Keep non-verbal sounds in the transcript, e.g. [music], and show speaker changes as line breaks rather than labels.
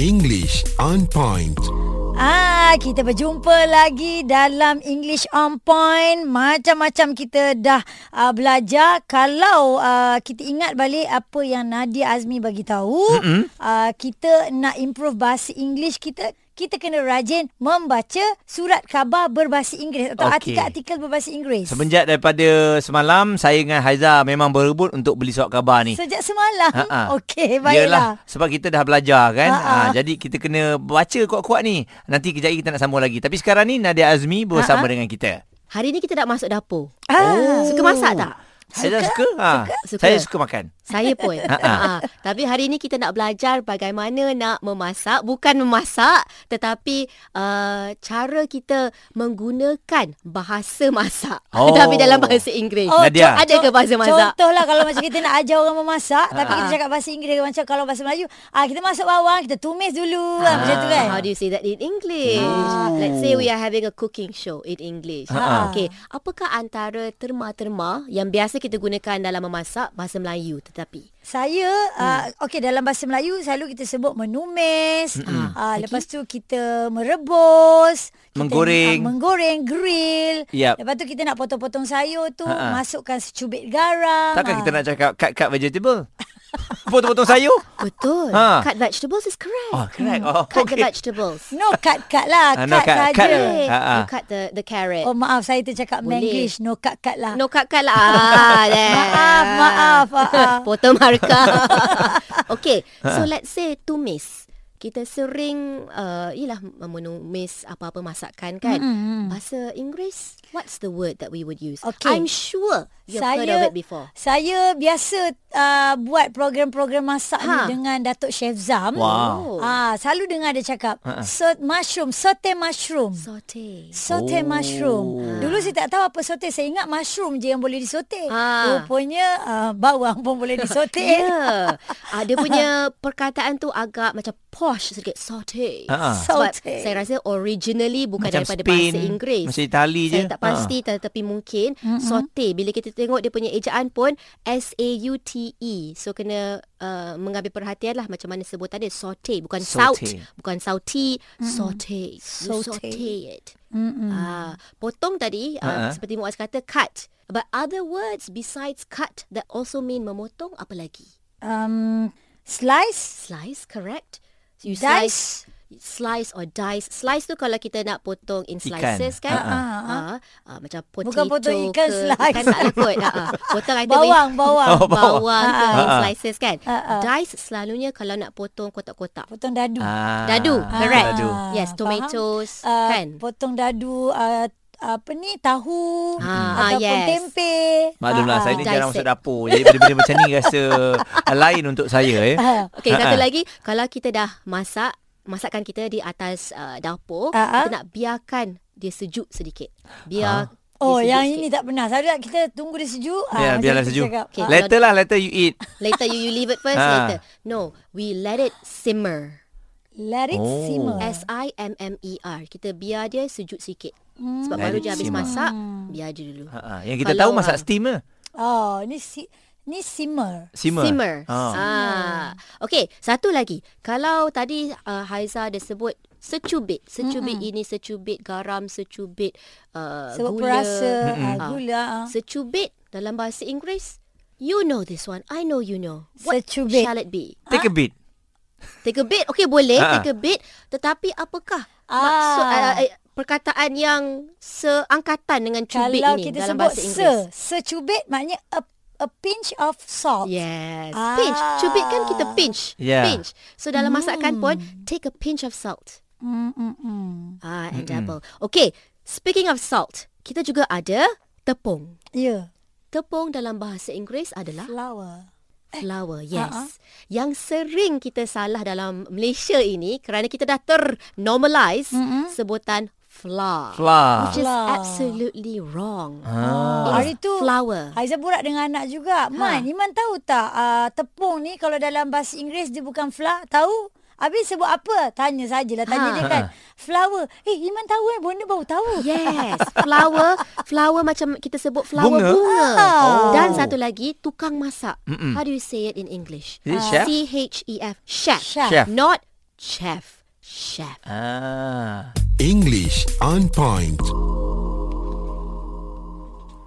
English on point.
Ah, kita berjumpa lagi dalam English on point. Macam-macam kita dah uh, belajar. Kalau uh, kita ingat balik apa yang Nadia Azmi bagi tahu, mm-hmm. uh, kita nak improve bahasa English kita kita kena rajin membaca surat khabar berbahasa Inggeris atau
Okey.
okay. artikel-artikel berbahasa Inggeris.
Semenjak daripada semalam saya dengan Haiza memang berebut untuk beli surat khabar ni.
Sejak semalam.
Ha-ha.
Okey, baiklah.
Yalah, sebab kita dah belajar kan.
Ha-ha.
Ha, jadi kita kena baca kuat-kuat ni. Nanti kejap lagi kita nak sambung lagi. Tapi sekarang ni Nadia Azmi bersama
Ha,
Ha-ha.
dengan kita.
Hari ni kita nak masuk dapur.
Ah.
Oh. Suka masak tak?
Haiza suka? Ha.
Suka.
Saya suka makan.
Saya [laughs] pun.
Ha, ha.
Ha, ha. Tapi hari ni kita nak belajar bagaimana nak memasak, bukan memasak tetapi uh, cara kita menggunakan bahasa masak.
Oh.
Oh. [laughs] Tapi dalam bahasa Inggeris.
Oh, Nadia.
Ada ke bahasa masak?
Contohlah kalau macam kita nak ajar orang memasak tapi kita
Ah.
cakap bahasa Inggeris macam kalau bahasa Melayu, ah kita masuk bawang, kita tumis dulu ah. macam tu kan.
How do you say that in English?
Ah.
Let's say we are having a cooking show in English.
Ha-ha.
Okay, apakah antara terma-terma yang biasa kita gunakan dalam memasak bahasa Melayu tetapi?
Saya hmm. uh, okey dalam bahasa Melayu selalu kita sebut menumis,
Hmm.
uh,
Lagi?
lepas tu kita merebus, kita,
Menggoreng.
uh, menggoreng, grill.
Ya,
Yap.
Lepas tu kita nak potong-potong sayur tu,
Ha-ha.
masukkan secubit garam.
Takkan
ah.
kita nak cakap cut-cut vegetable? [laughs] Potong-potong
[laughs]
sayur?
Betul.
Ha.
Cut vegetables is correct.
Oh, correct. Oh,
Cut the
okay.
vegetables.
No, cut-cut lah.
[laughs] Ah,
Cut,
no cut,
saja.
cut.
Hey,
Ha, ha.
You cut the the carrot.
Oh, maaf. Saya tercakap
Boleh.
Manglish. No, cut-cut lah.
No cut
[laughs]
cut lah. Ah, there.
Maaf,
[laughs]
maaf, ah, maaf.
Potong
[laughs]
markah. okay,
Ah.
so let's say tumis. Kita sering uh, ialah menumis apa-apa masakan kan.
Mm-mm.
Bahasa Inggeris, what's the word that we would use?
mm-hmm. Okay.
I'm sure you've heard of it before.
Saya biasa uh, buat program-program masak ha.
Ha. Oh.
ni dengan Datuk Chef Zam.
Wow.
Ah, selalu dengar dia cakap
Ha-ha.
uh mushroom, saute mushroom.
Saute.
Saute
Oh.
oh. mushroom. Dulu saya tak tahu apa saute. Saya ingat mushroom je yang boleh disaute.
Ah.
Rupanya uh, bawang pun boleh disaute.
[laughs] Ya. Yeah. Uh, dia punya perkataan tu agak macam posh sedikit. Saute.
Ha-ha.
Sebab
Saute.
saya rasa originally bukan
Ha, Macam
daripada
Spain,
bahasa Inggeris.
macam Itali je.
Saya tak pasti ha. tetapi mungkin mm-hmm. saute bila kita tengok dia punya ejaan pun S A U T E. So kena uh, mengambil perhatian lah macam mana sebutan dia saute bukan
Saute.
saute. saut bukan sauti mm-hmm. saute. You
Saute.
saute it.
Mm-mm.
Ah, potong tadi
Ha-ha.
uh, seperti Muaz kata cut. But other words besides cut that also mean memotong apa lagi?
Um, slice,
Slice, correct? You slice
dice.
slice or dice. Slice tu kalau kita nak potong
Ikan.
in slices kan.
Ah,
ah.
Ah, ah, macam potato
Bukan potong ikan,
ke,
slice.
Ikan tak lah kot. Ah, ah. Potong ada
Bawang, bawang.
Oh, bawang.
bawang ke
Ah,
in
ah.
slices kan.
Ah, ah.
Dice selalunya kalau nak potong kotak-kotak.
Potong dadu.
Ah,
Dadu, correct.
Dadu.
Ah,
Yes, tomatoes
Uh,
kan.
Potong dadu, uh, apa ni, tahu.
Ah,
ataupun
yes.
tempe. Ah,
Maklumlah lah, saya
ah.
ni
Dissect.
jarang masuk dapur. Jadi benda-benda macam ni rasa [laughs] lain untuk saya eh.
Ah,
Okey,
Ah,
satu
ah.
lagi kalau kita dah masak masakan kita di atas uh, dapur,
Ah, ah.
kita nak biarkan dia sejuk sedikit.
Ah.
Biar dia
Oh,
sejuk
yang
sikit.
ini tak pernah. Saya kita tunggu dia sejuk. Ah,
Ya,
macam
biarlah
kita
sejuk.
cakap.
Okay.
Ah,
Later lah, later you
[laughs]
eat.
Later you, you leave it first
Ah.
later. No, we let it simmer.
let it
Oh.
simmer.
S I M M E R. Kita biar dia sejuk sikit.
Hmm.
Sebab
Let
baru
it
je habis
simmer.
masak, biar je dulu.
Ha, ha. Yang kita
Kalau,
tahu masak
ah,
steam lah.
Oh, ni si, ni simmer.
Simmer.
Simmer.
Ah.
Ah. Okey, satu lagi. Kalau tadi uh, Haiza dah sebut secubit. Secubit
Hmm.
Mm-mm. ini secubit garam, secubit uh,
Sebab
gula.
perasa
Hmm,
ah,
Ah.
gula. ah.
Secubit dalam bahasa Inggeris. You know this one. I know you know. What
Secubit.
shall it be?
Take a bit.
Take a bit. Okey, boleh.
Ah.
Take a bit. Tetapi apakah
Ah.
maksud uh, uh, perkataan yang seangkatan dengan cubit
Kalau
ini
kita
dalam
sebut
bahasa
se,
Inggeris?
secubit maknanya a, a pinch of salt.
Yes.
Ah. Hmm.
Pinch. Cubit kan kita pinch.
Yeah.
Pinch. So dalam masakan pun take a pinch of salt.
Mm, mm, mm.
Ah, and double. Okay. Speaking of salt, kita juga ada tepung.
Ya,
Tepung dalam bahasa Inggeris adalah
Eh. flower.
flour. Yes. Yang sering kita salah dalam Malaysia ini kerana kita dah ternormalize sebutan flour.
Flour.
Which is
Flour.
absolutely wrong.
Oh,
Ah.
hari tu
flour.
Haiza borak dengan anak juga.
Ha.
Man, Iman tahu tak uh, tepung ni kalau dalam bahasa Inggeris dia bukan flour, tahu? Habis sebut apa? Tanya sajalah. Tanya
Ha.
dia kan. Flower. Eh, Iman tahu eh. Bonda baru tahu.
Yes, flower, flower macam kita sebut flower
Bunga? Oh.
bunga. bunga.
Ah.
Dan satu lagi tukang masak.
Mm-mm.
How do you say it in English?
Is it chef?
C H E F, chef.
Chef.
Chef.
Not chef. Chef.
Ah.
English on point.